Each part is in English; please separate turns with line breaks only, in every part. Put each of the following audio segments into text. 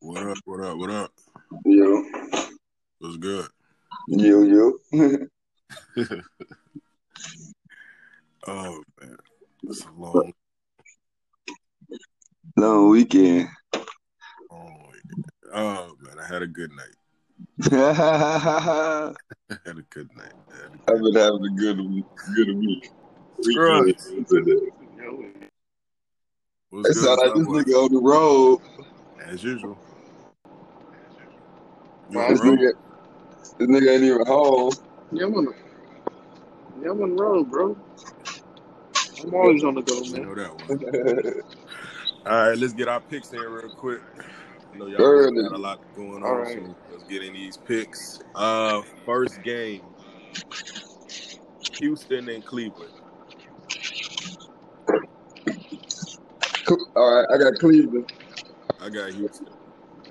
What up? What up? What up?
Yo,
What's good?
yo, yo.
Oh man, it's a long, long
Long weekend.
weekend. Oh man, I had a good night.
I've
I had a good night. I had a-
been having a good good week.
Scrub.
Weekend today.
What's good? What's
It sound like this
up, what?
nigga on the road.
As usual. You on
This
the road?
nigga, this nigga ain't even home.
Yeah, I'm on the, yeah, I'm on the road, bro. I'm always on the go,
You
man.
know that one. All right, let's get our picks in real quick. I know y'all niggas
Early.
got a lot going
All
on,
right.
so let's get in these picks. Uh, first game, Houston and Cleveland.
Cl- All right, I got Cleveland.
I got Houston.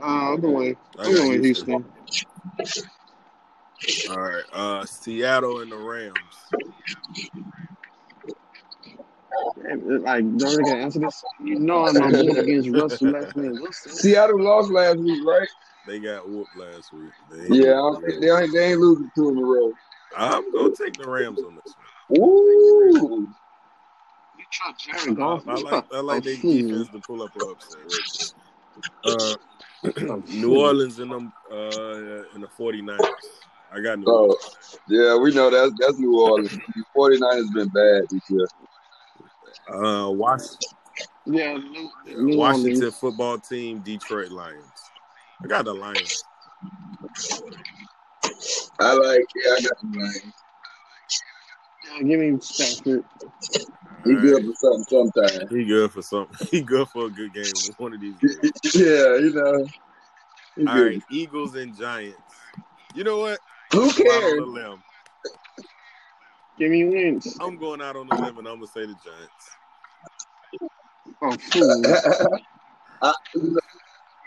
Uh, I'm going.
I
I'm
got
going
Houston.
Houston.
All right. Uh, Seattle and the Rams.
Damn, like, don't they gonna answer this? You know, I'm on board against Russell last name Wilson.
Seattle lost last week, right?
They got whooped last week. They ain't
Yeah, I
losing
don't think-
today.
they ain't, they ain't losing two in a row.
I'm gonna take the Rams on this one.
Ooh.
You try Jared
Oh,
I,
Goff?
I
You
like
fuck
I
a
like their
fool.
defense to pull up an upset real quick. Uh,
A
Hmm.
New
fool.
Orleans and them uh and the 49ers. I got New
Oh,
Orleans.
yeah, we know that's that's New Orleans. 49 has been bad this year.
Uh, Was-
Yeah, New,
yeah,
New
Washington
Orleans.
football team, Detroit Lions. I got the Lions.
I like, yeah, I got the Lions.
Yeah, give me Stafford.
All
He good
right.
for something sometimes.
He good for something. He good for a good game. One of these games.
yeah, you know. He
All
good.
right, Eagles and Giants. You know what? I'm
Who
gonna go out on
cares?
a limb.
Give me Wentz.
I'm going out on a limb and I'm gonna say the Giants.
A Oh, fool.
I,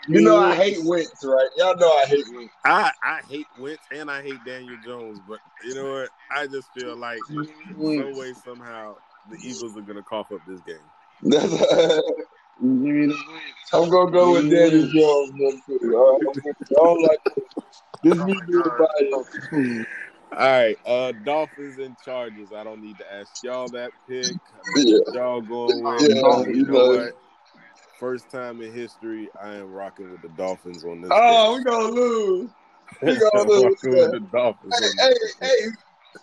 you
Me
know I hate
Wentz.
Wentz, right? Y'all know I hate Wentz.
I I hate Wentz and I hate Daniel Jones, but you know what? I just feel like
Give me
some
Wentz.
way somehow the Eagles are gonna cough up this game.
That's-
Give me the Wentz.
I'm gonna
Give
go with
me
Daniel
Wentz.
Jones. Number two. All right, I'm with you. I don't like this.
Oh
Me
my
being
God.
biased.
A fool.
All right, uh Dolphins and Chargers. I don't need to ask y'all that pick. I know
Yeah,
what y'all going with,
yeah,
but you
you
know
know.
what? First time in history, I am rocking with the Dolphins on this game.
Oh, we gonna lose. We
I'm
gonna lose.
rocking with
man.
the Dolphins on
Hey, hey,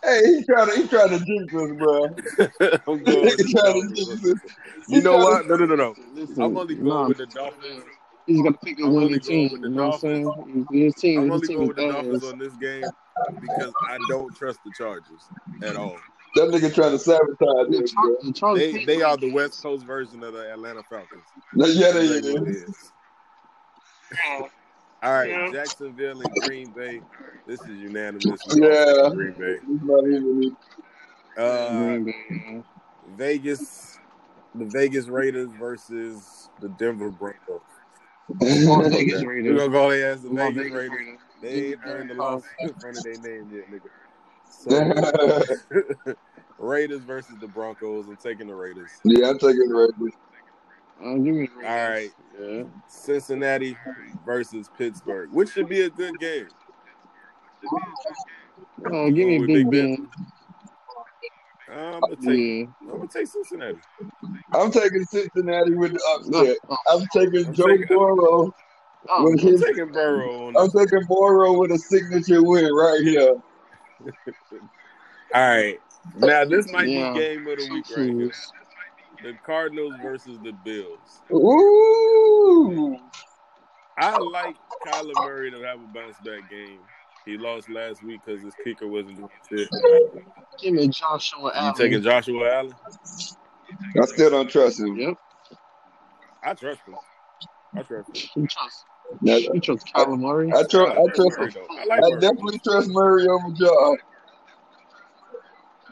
hey, hey! He trying to he trying to jinx us, bro.
this. I'm
He
going with the
trying to
Dolphins
jinx
on
us.
this one. You
He
know
trying
what?
to.
No, no, no, no. I'm
Listen,
only going
no,
with the Dolphins.
he's gonna pick a
I'm only
winning
going
team.
with the
You know what I'm
Dolphins.
saying? His team,
I'm only
his team
going
is
with the Dolphins
dogs.
on this game because I don't trust the Chargers at all.
That nigga trying to sabotage
The
us,
Char-
bro.
the Chargers
They
can't
they
win
are the West
games.
Coast version of the Atlanta Falcons.
Yeah,
That's
they
like what it
is.
is.
Yeah,
All right,
yeah.
Jacksonville and Green Bay. This is unanimously also
Yeah,
Green Bay.
it's not even.
Yeah,
Uh,
Green Bay.
Vegas, the Vegas Raiders versus the Denver Broncos.
I'm on Vegas
Okay, we're
Raiders.
gonna go ahead as the
I'm on
Vegas
Vegas
Raiders.
Raiders.
They
Give me
ain't
Jared
earned the
Goff.
loss in front of their name yet, nigga. So
yeah,
Raiders versus the Broncos. I'm taking the Raiders.
I'm taking the Raiders.
Uh, give me the
All right.
Raiders. Yeah.
Cincinnati versus Pittsburgh, which should be a good game.
Uh,
You
give
going
me
with
Big
Big Ben?
Ben.
I'm gonna take.
Yeah.
I'm gonna take Cincinnati.
I'm taking Cincinnati with the
No.
upset.
Oh,
I'm taking
I'm
Joe
taking.
Burrow
oh,
with
I'm
his.
taking Burrow on
I'm
this one.
taking Burrow with a signature win right here.
All right. Now this might be
yeah.
game of the
Two
week right here.
fools.
The Cardinals versus the Bills.
Ooh,
I like Kyler Murray to have a bounce back game. He lost last week because his kicker wasn't doing shit.
Give me Joshua
You
Allen.
taking Joshua Allen?
I still don't trust him.
Yep.
I trust him. I trust him.
You trust,
I,
you trust
I,
Kyler Murray?
I
No,
trust.
I
I
trust
trust.
A
Murray though. I
fool.
like
I
Murray on
definitely
this one.
trust Murray over Jaw.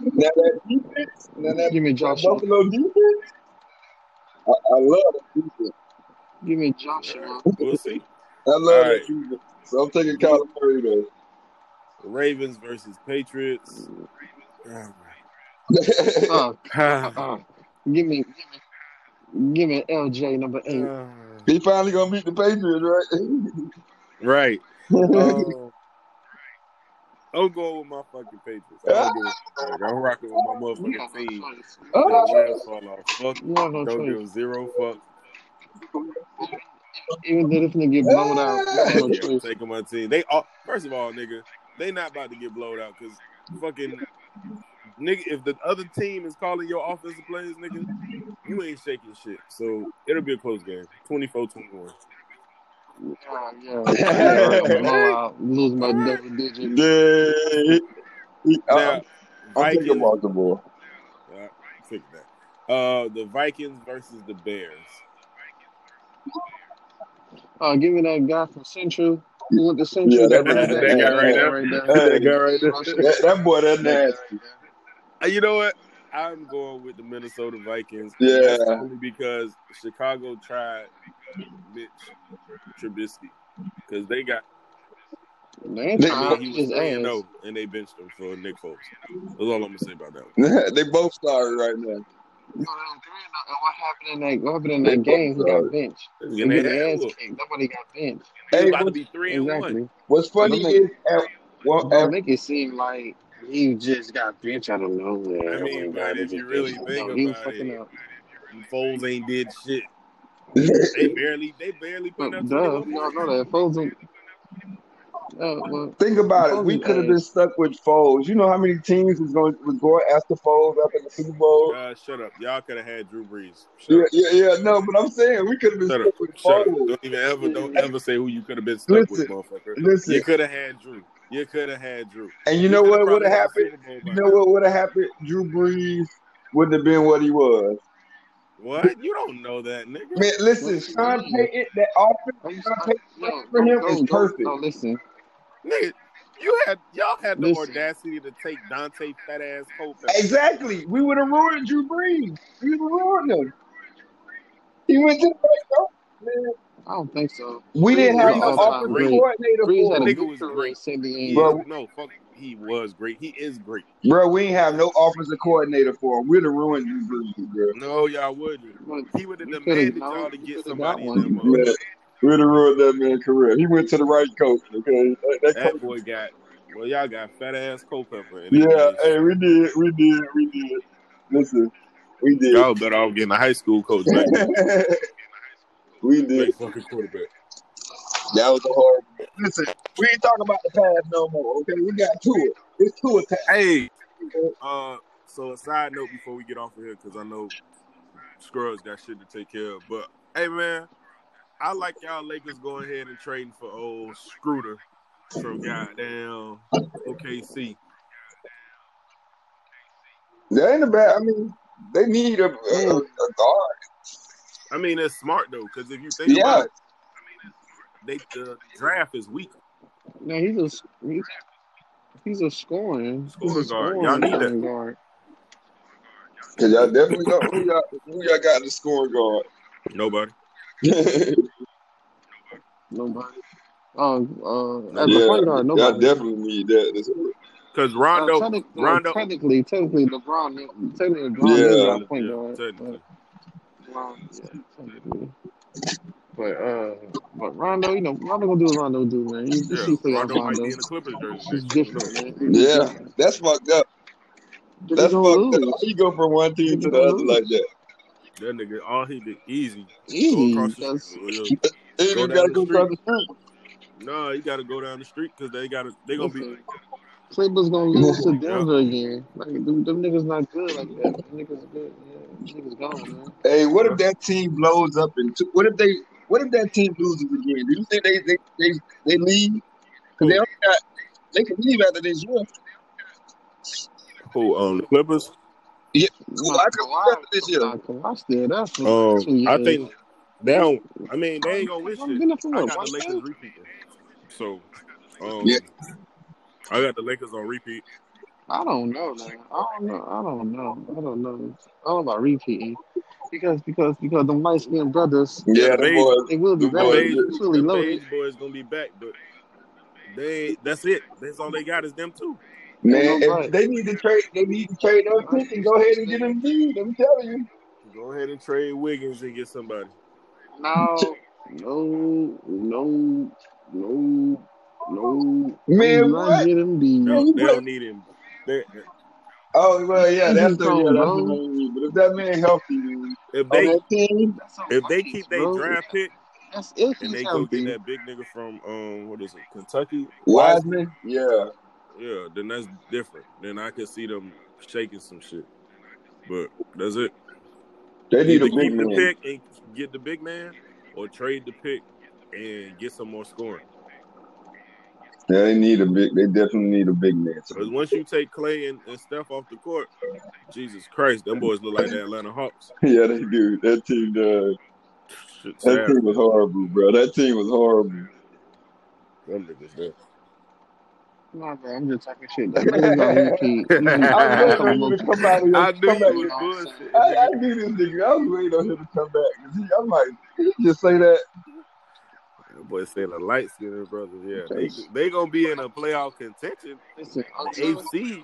Now that defense, now that,
Give me
that
Joshua.
Buffalo defense, I, I love that defense.
Give me
All right.
Joshua.
We'll see.
I
All
love that
right.
defense. So I'm taking
New
Kyler Murray though.
Ravens versus Patriots. All right.
Uh,
Ah,
uh, give me, give me, give me LJ number eight.
He finally gonna beat the Patriots, right?
Right.
Oh,
Um, I'm going with my fucking Patriots. I don't give a fuck. I'm rocking with my motherfucking team.
Oh,
The wheels fall off. Fuck.
You have no
Don't give
choice.
a zero fuck.
Even though they're finna get blown out, you have no
Yeah, I'm
choice.
taking my team. They all first of all, nigga, they not about to get blown out because fucking nigga, if the other team is calling your offensive plays, nigga, you ain't shaking shit. So it'll be a close game. 24-21.
Yeah, yeah. blow out, lose my double digit.
Now,
Yeah. I'm
Vikings,
thinking Baltimore.
uh, fix that. Uh, the Vikings versus the Bears.
Uh, give me that guy from Central. Who went to Central?
Yeah, that-
running back.
that guy right there.
there.
That guy right That, that boy, that nasty.
Uh, You know what? I'm going with the Minnesota Vikings.
Yeah.
That's only because Chicago tried Mitch Trubisky because they got
They
Nick
I mean,
tried
he
his
was three and
ass.
zero, and they benched him for Nick Foles. That's all I'm gonna say about that. One.
they both started right now.
And what happened in that? What happened in that game? He got benched. He
And
got
they
his
had
ass
look,
kicked. Nobody got benched.
he
Hey,
about to
what's,
be three and one.
Exactly.
what's funny
But
is at, well,
Don't
at,
make it seem like he just got benched out of nowhere.
I mean,
Like,
but
God,
if
they
you
just
really
benched him.
think
No, he was
about
fucking uh,
it,
up.
Foles ain't did shit. They barely, they barely put up
But duh,
twenty
we all
one
know
points.
that Foles. ain't- Uh, well,
think about it. We could have been stuck with Foles. You know how many teams was going was going after Foles after the Super Bowl?
Uh, shut up, y'all could have had Drew Brees. Shut
Yeah,
up.
yeah, yeah. No, but I'm saying we could have been
Shut
stuck
up.
with
Shut up.
Foles.
Don't even ever, don't ever say who you could have been stuck with, motherfucker.
Listen,
You could have had Drew. You could have had Drew.
and you know what would have happened? You
You
know what would have happened? Drew Brees wouldn't have been what he was.
What? You don't know that, nigga.
Man, listen, Sean Payton, that offense
I'm
Sean
sorry.
Payton
No,
for him
no,
is
no,
perfect.
No, listen.
Nigga, you had y'all had the
Listen.
audacity to take Dante fat ass Cole.
Exactly. We would have ruined Drew Brees. We would have ruined him. He went to the
I don't think so.
We didn't have
Brees
an
is a
offensive
great-
coordinator
Breeze
for
had a
him.
Nigga was
victory
great.
in
He
Cindy and
is-
Bro,
no, fuck. He was great. He is great.
Bro, we ain't have no offensive coordinator for him. We'd have ruined Drew Brees, bro.
No, y'all wouldn't.
But
He would have
You coulda-
demanded
no,
y'all to
you
get
coulda
somebody
got
in that
one.
Man,
motherfucker.
we'd have ruined that man's career. He went to the right coach, okay? That, that
That
coach-
boy got well, y'all got fat ass Culpepper. And
yeah,
everybody-
hey, we did, we did, we did. Listen, we did.
y'all better off getting a high school coach back then.
we did.
Great fucking quarterback.
That was a hard. Listen, we ain't talking about the past no more. Okay, we got two. It's two attacks.
Hey, uh, so a side note before we get off of here, because I know Scrubs got shit to take care of. But hey, man, I like y'all Lakers going ahead and trading for old Scrooter from goddamn OKC.
That ain't a bad. I mean, they need a, a, a guard.
I mean, it's smart though, because if you think
Yeah,
about it, they, the draft is weak.
No, he's a he's, he's a scoring he's a
Scoring guard.
scoring
Y'all need that.
point guard.
cause y'all definitely know who y'all who y'all got in the scoring guard.
Nobody.
Nobody. Um, uh, as a
yeah,
point guard,
y'all
nobody.
definitely need that.
Because
Uh,
Rondo,
technically,
Rondo.
technically, technically, LeBron, technically LeBron is
Yeah.
our point guard.
technically.
but LeBron- yeah, technically. But uh, but Rondo, you know, Rondo gonna do what Rondo do, man. You
Yeah,
just see play
Rondo
Rondo.
might be in the Clippers jersey
He's
next year. Who
different,
knows?
man.
Yeah, that's fucked up.
But
That's fucked
he gonna
up.
lose.
How you go from one team to the
Gonna
other
lose.
like that?
That nigga, all he did easy. Go
Easy,
across the
because
street.
And
Go
you
down
gotta
the
go across
street.
the street.
No, you got to go down the street because they got to. They gonna be.
listen, Clippers gonna lose to Denver again. Like them, them niggas not good like that. Them niggas good. Yeah, them niggas gone, man.
Hey, what
Yeah.
if that team blows up and two, what if they what if that team loses again? Do you think they they they, they leave? Because they
Who?
only got they can leave after this year.
Who? Um, the Clippers.
Well, I could leave after this year.
Nah, Kawhi still there for
Um,
two years.
I think they don't. I mean, they ain't gonna win
Kawhi
shit.
been there for
I
what,
got
one
the Lakers
game?
repeating. So, um,
Yeah.
I got the Lakers on repeat.
I don't know, man. I don't know. I don't know. I don't know. I don't know about repeating because because because the light skinned brothers
Yeah,
Yeah,
the
the
beige-
boys.
they will be
The
The
back.
boys.
beige,
They fully
the
loaded.
beige boys gonna be back, but they. That's it. That's all they got is them two.
Ain't
Man,
nobody.
if they need to trade, they need to trade those picks and go ahead and get them deed. I'm telling you.
Go ahead and trade Wiggins and get somebody.
No, No, no, no, no.
Man,
not
what?
get him beat.
They
No.
don't, they don't need him. They,
Oh well, yeah,
He's
that's
in
the yeah, that's
trouble,
the
bro.
main reason. But if that man healthy, man,
if
on
they
that team,
That's a
if they
waste,
keep their
bro.
draft pick
That's if
and
he's
they go get
healthy.
that big nigga from um what is it Kentucky Wiseman,
Wiseman, yeah,
yeah, then that's different. Then I can see them shaking some shit. But that's it.
they need a
Either
big
keep the
man.
pick and get the big man, or trade the pick and get some more scoring.
Yeah, they need a big. They definitely need a big man.
Because once you take Clay and, and Steph off the court, Jesus Christ, them boys look like the Atlanta Hawks.
yeah, they do. That team, uh,
Shit,
that
sad.
team was horrible, bro. That team was horrible.
Them niggas there.
Nah, bro, I'm just talking shit. That nigga's not repeat. He's just
I was waiting
he's just a
on you
little
to come out of your
I knew
come
you
back.
was
you
bullshitting,
I,
know what I'm saying?
I
nigga.
knew this nigga. I was waiting on him to come back. 'Cause He, I'm like, did he just say that.
That boy saying the light skinned brothers. Yeah, they they gonna be in a playoff contention,
Listen,
the
I'm,
eighth seed,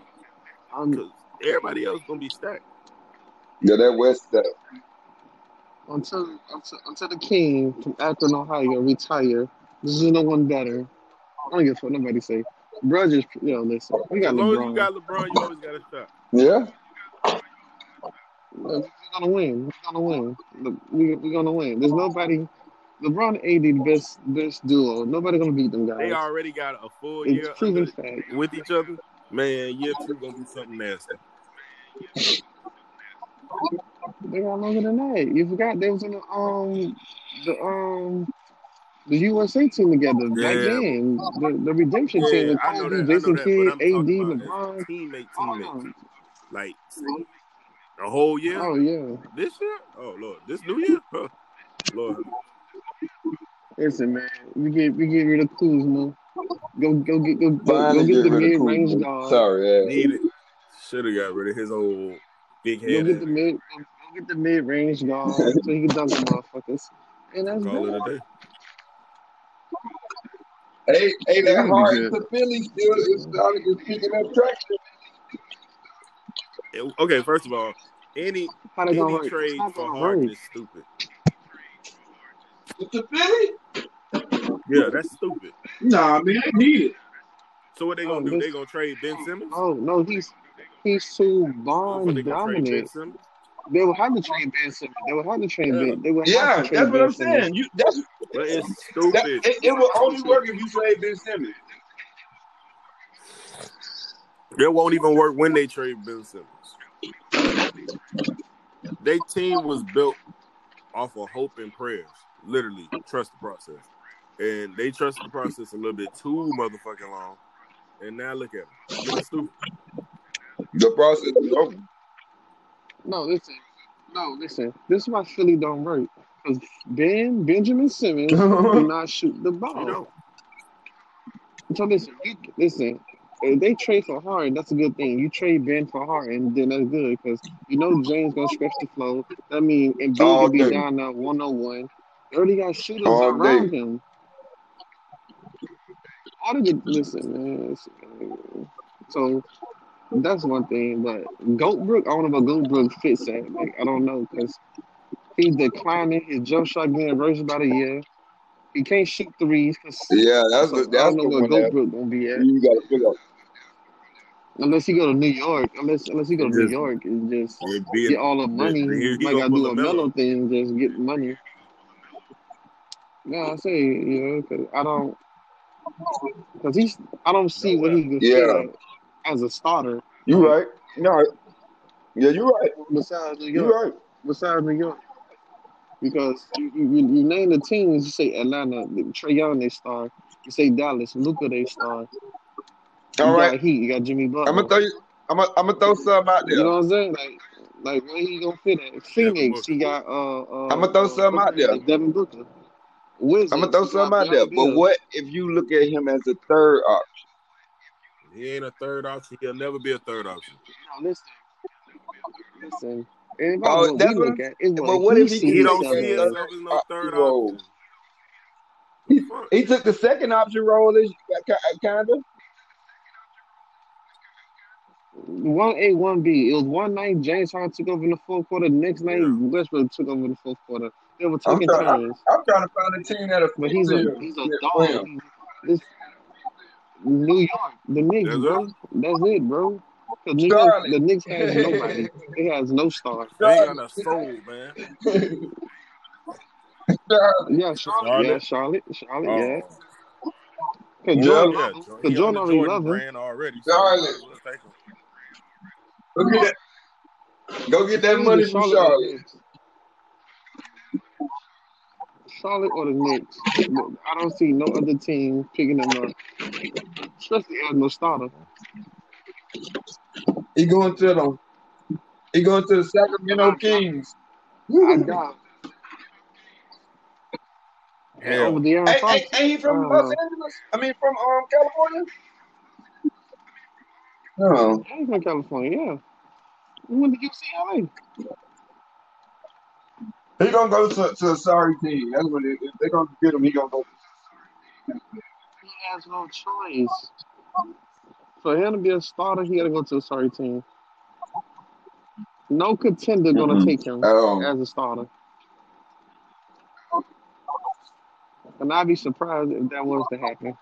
I'm
because everybody else gonna be stacked.
Yeah, that West. That,
until until until the king from Akron, Ohio, retire. This is no one better. I don't give a fuck what nobody say. Bro, just you know, listen. We got
As long as you
LeBron.
got LeBron, you always got a shot.
yeah,
We're gonna win. We're gonna win. Look, We we're gonna win. There's nobody. LeBron and AD the best best duo. Nobody gonna beat them
They
guys.
already got a full
It's
year
proven
under
fact.
with each other. Man, year two gonna be something nasty.
They got longer than that. You forgot they was in the um the um the USA team together back
Yeah,
then. The, the redemption team
yeah,
with
I know
Kobe,
that. I know
Jason
that. But
Kidd,
I'm
AD,
talking about as
LeBron.
teammate, teammate,
Oh,
like the whole year.
oh yeah.
This year? Oh lord, this new year? Huh. Lord,
Listen, man, we get we get rid of Kuzma. Go go get go go, go
finally
get
get
the
rid of
mid range
Kuzma.
guard.
Sorry, yeah.
need it. Should have got rid of his old big
Go
head
get the
ass.
mid go get the mid range guard so you can dunk the motherfuckers. And that's
Call it a
that.
day.
Hey, hey, that
We're gonna be
hard
good.
to Philly still is starting is picking up traction.
It- okay, first of all, any
How they gonna
any
work? It's
trade
not
for
gonna
Harden
work.
is stupid.
It's the Philly?
Yeah, that's stupid.
Nah, man, I need it.
So what they
No,
gonna do? They
listen.
gonna trade Ben Simmons?
No, no, he's he's too
Oh, fuck, they
bond
gonna trade Ben
dominant.
Simmons?
They will have to train Ben Simmons. They will have to train
Yeah,
Ben. They will have to
Yeah, that's
train
what
Ben
I'm
Simmons.
saying. You that's
but it's
that
stupid.
it, it will only work if you trade Ben Simmons.
It won't even work when they trade Ben Simmons. Their team was built off of hope and prayers. Literally, trust the process. And they trusted the process a little bit too motherfucking long. And now look at them. Looking stupid.
The process is over.
No, listen. No, listen. This is why Philly don't work. Because Ben Benjamin Simmons do not shoot the
You
ball.
know.
So listen, you, listen. If they trade for Harden, that's a good thing. You trade Ben for Harden, then that's good because you know James gonna stretch the flow. That mean Embiid
All
could be
day.
down now one on one. They already got shooters
All day.
around him. All of the listen, man. it's- uh, So that's one thing, but Goatbrook, I don't know about Goatbrook fits that. Like I don't know because he's declining. His jump shot getting worse by the year. He can't shoot threes. 'cause-
Yeah, that's
so
the
I
that's
don't know
the
where
one that
Goatbrook gonna be at.
you gotta figure out.
unless you go to New York, unless unless you go
It
to New
just
York and just
it being
get all the
it,
money,
he, he
might
gonna
gotta
put
do a
Lamelo.
mellow thing, just get money. No, I say you know, 'cause I don't, cause he's I don't see
No
where
doubt.
he could fit
Yeah.
at as a starter.
You
Like
right. No, yeah, you right.
besides New
You
York,
right.
besides New York, because you you, you you name the teams, you say Atlanta, Trae Young they star, you say Dallas, Luka they star,
All
you
right.
got Heat, you got Jimmy
I'm gonna
Butler.
throw you I'm gonna I'm gonna throw some out
You
there.
know what I'm saying? Like, like where he gonna fit at?
Devin
Phoenix,
Booker.
he got uh
I'm
uh,
gonna throw
uh
some
what's
out
his
there.
name? Devin Booker.
I'm gonna
Wizards,
throw
he got
some out there.
Bradley
But
Bill.
what if you look at him as a third option?
He ain't a third option. He'll never be a third option.
No, listen, listen. And about
Oh,
what we
that's what
look
I'm.
at, it's
But
what
what
he
if he
see
He
just took
don't
himself
that
see
as.
third
himself as no
option
third
role?
option. The
He
fuck?
he took the second option role, is kind of.
One A, one B. It was one night James Harden took over in the fourth quarter. Next night
Yeah.
Westbrook took over in the fourth quarter. They were
I'm
taking
trying, I,
turns,
I'm trying to find a team that'll
but he's a
fit him.
he's a
Yeah,
dog.
him.
This New York, the Knicks,
That's
bro. That's it, bro. 'Cause New York,
Charlotte.
the Knicks has nobody. It has no star.
They ain't got
Charlotte.
no soul, man.
Charlotte.
Yeah, Charlotte.
Charlotte.
Yeah, Charlotte. Charlotte. Yeah.
Oh,
'Cause
Yeah.
Jordan,
yeah.
love
Jordan,
him. 'Cause
he on
Jordan
the
already
Jordan
love him.
brand already, so you might
Charlotte.
as well take him.
Go get, go get that
Either
money from
Charlotte or the
Charlotte.
Knicks. Charlotte or the Knicks. I don't see no other team picking them up, especially as no starter.
He going to them. He going to the Sacramento
I-
Kings.
I
Woo.
doubt. And
Hell.
over De'aaron
Ain't,
Fox,
ain't, ain't he
I
from
don't
Los
know.
Angeles? I mean, from um, California? No.
He's from California. Yeah, he went to UCLA.
He gonna go to, to a sorry team. That's what it, if they gonna get him. He gonna go.
He has no choice. For him to be a starter, he got to go to a sorry team. No contender gonna
Mm-mm.
take him
At all.
as a starter, and I'd be surprised if that was to happen.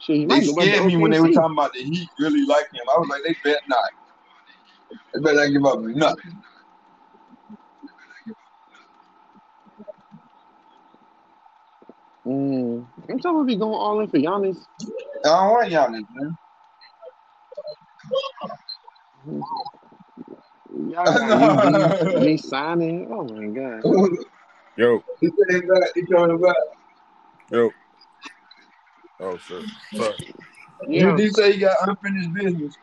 Shit, he
They
might go back to
scared me when they were
OKC.
talking about the Heat really like him. I was like, they bet not. They better not give up nothing.
Mm. I'm telling you, be going all in for Giannis.
I don't want Giannis, man.
Y'all got UD re-signing. Oh my god.
no.
Yo,
he came back. He coming back.
yo. Oh shit. Sorry.
You
Yeah,
did say he got unfinished business.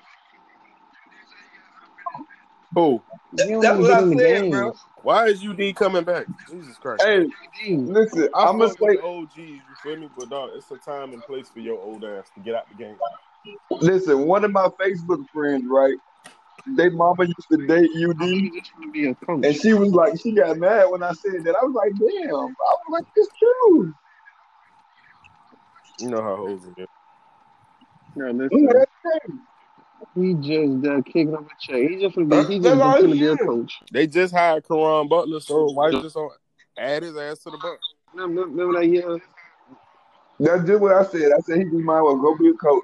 Who?
That,
he don't
that's
even
what
get
I
in the
said, bro.
games.
Why is UD coming back? Jesus Christ.
Hey,
UD,
listen,
I
I'm gonna
fuck with
say,
the OGs, you feel me? But dog, it's a time and place for your old ass to get out the game.
listen. One of my Facebook friends, right? They mama used to date
how
UD,
many just want to be a
and
coach?
she was like, she got mad when I said that. I was like, damn. I was like, it's true.
You know how hoes are.
Girl,
Yeah,
listen.
that's crazy.
He just got kicked up a chair. He just finna
That,
be he
that's
just
all
finna
he
be a
is.
coach.
They just hired Karan Butler, so why just on add his ass to the buck?
Remember, remember that year?
That's just what I said. I said he might as well go be a coach.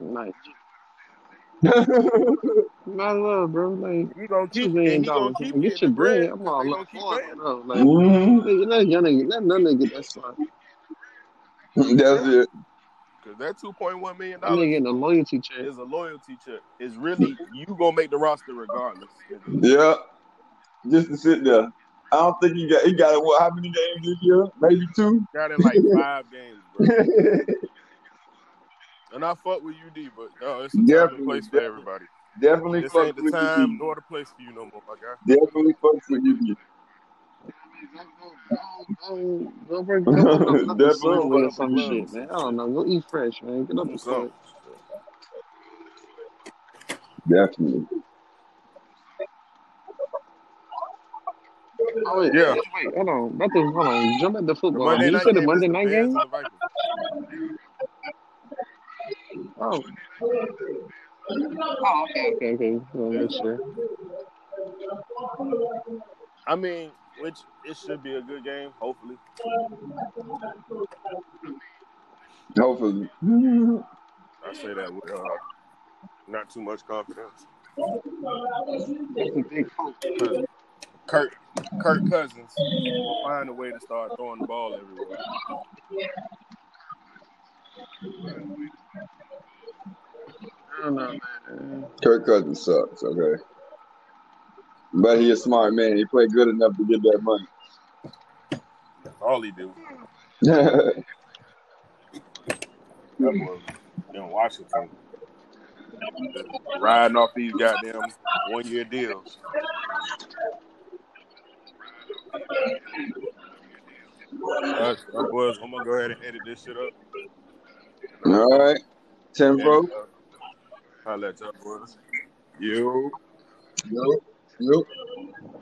Nice. Might as well, bro. Like
He gonna
two
keep and
million
he gonna
dollars.
keep
Like, get
getting
your
the bread
bread. I'm
because
all
they
look
gonna keep
forward
paying.
though. Like
Mhm.
nigga, let young nigga, let none nigga get that spot.
That's
Yeah,
it.
because that two point one million
That nigga
dollars
getting a loyalty check.
is a loyalty check. It's really you gonna make the roster regardless, nigga.
Yeah, just to sit there. I don't think he got. He got what? How many games this year? Maybe two.
Got in like five games, bro. And I fuck with UD, but no, it's a time and
definitely,
place for
de-
everybody.
definitely
This
fucks
ain't the
with you,
time
dude.
nor the place for you no more, my guy.
Definitely fucks with you.
Go, go, go, break, go hook up
dude.
another
definitely
subway
Put
or
up a
some
club or
shit, man.
some
I don't
shit.
know. Go eat fresh, man. Get up
Do
the club.
something.
Definitely.
Oh wait,
Yeah.
wait, wait, hold on. About to, hold on. Jump at
The
the football.
Monday
You
night
said
game
the
is
Monday
the
night
Bears
game?
and the Vikings.
Oh, oh, okay, okay, okay. Well,
Yeah.
make sure.
I mean, which it should be a good game, hopefully.
Hopefully.
I say that with uh, not too much confidence.
That's a big hope
Because Kirk, Kirk Cousins will find a way to start throwing the ball everywhere.
I don't know, man.
Kirk Cousins sucks. Okay, but he a smart man. He played good enough to get that money.
That's all he do. That boy in Washington just riding off these goddamn one year deals. That, that boys, I'm gonna go ahead and edit this shit up, and I'm
All
gonna
right, ten
and
pro.
uh, holla at y'all boys. You.
Nope. Nope.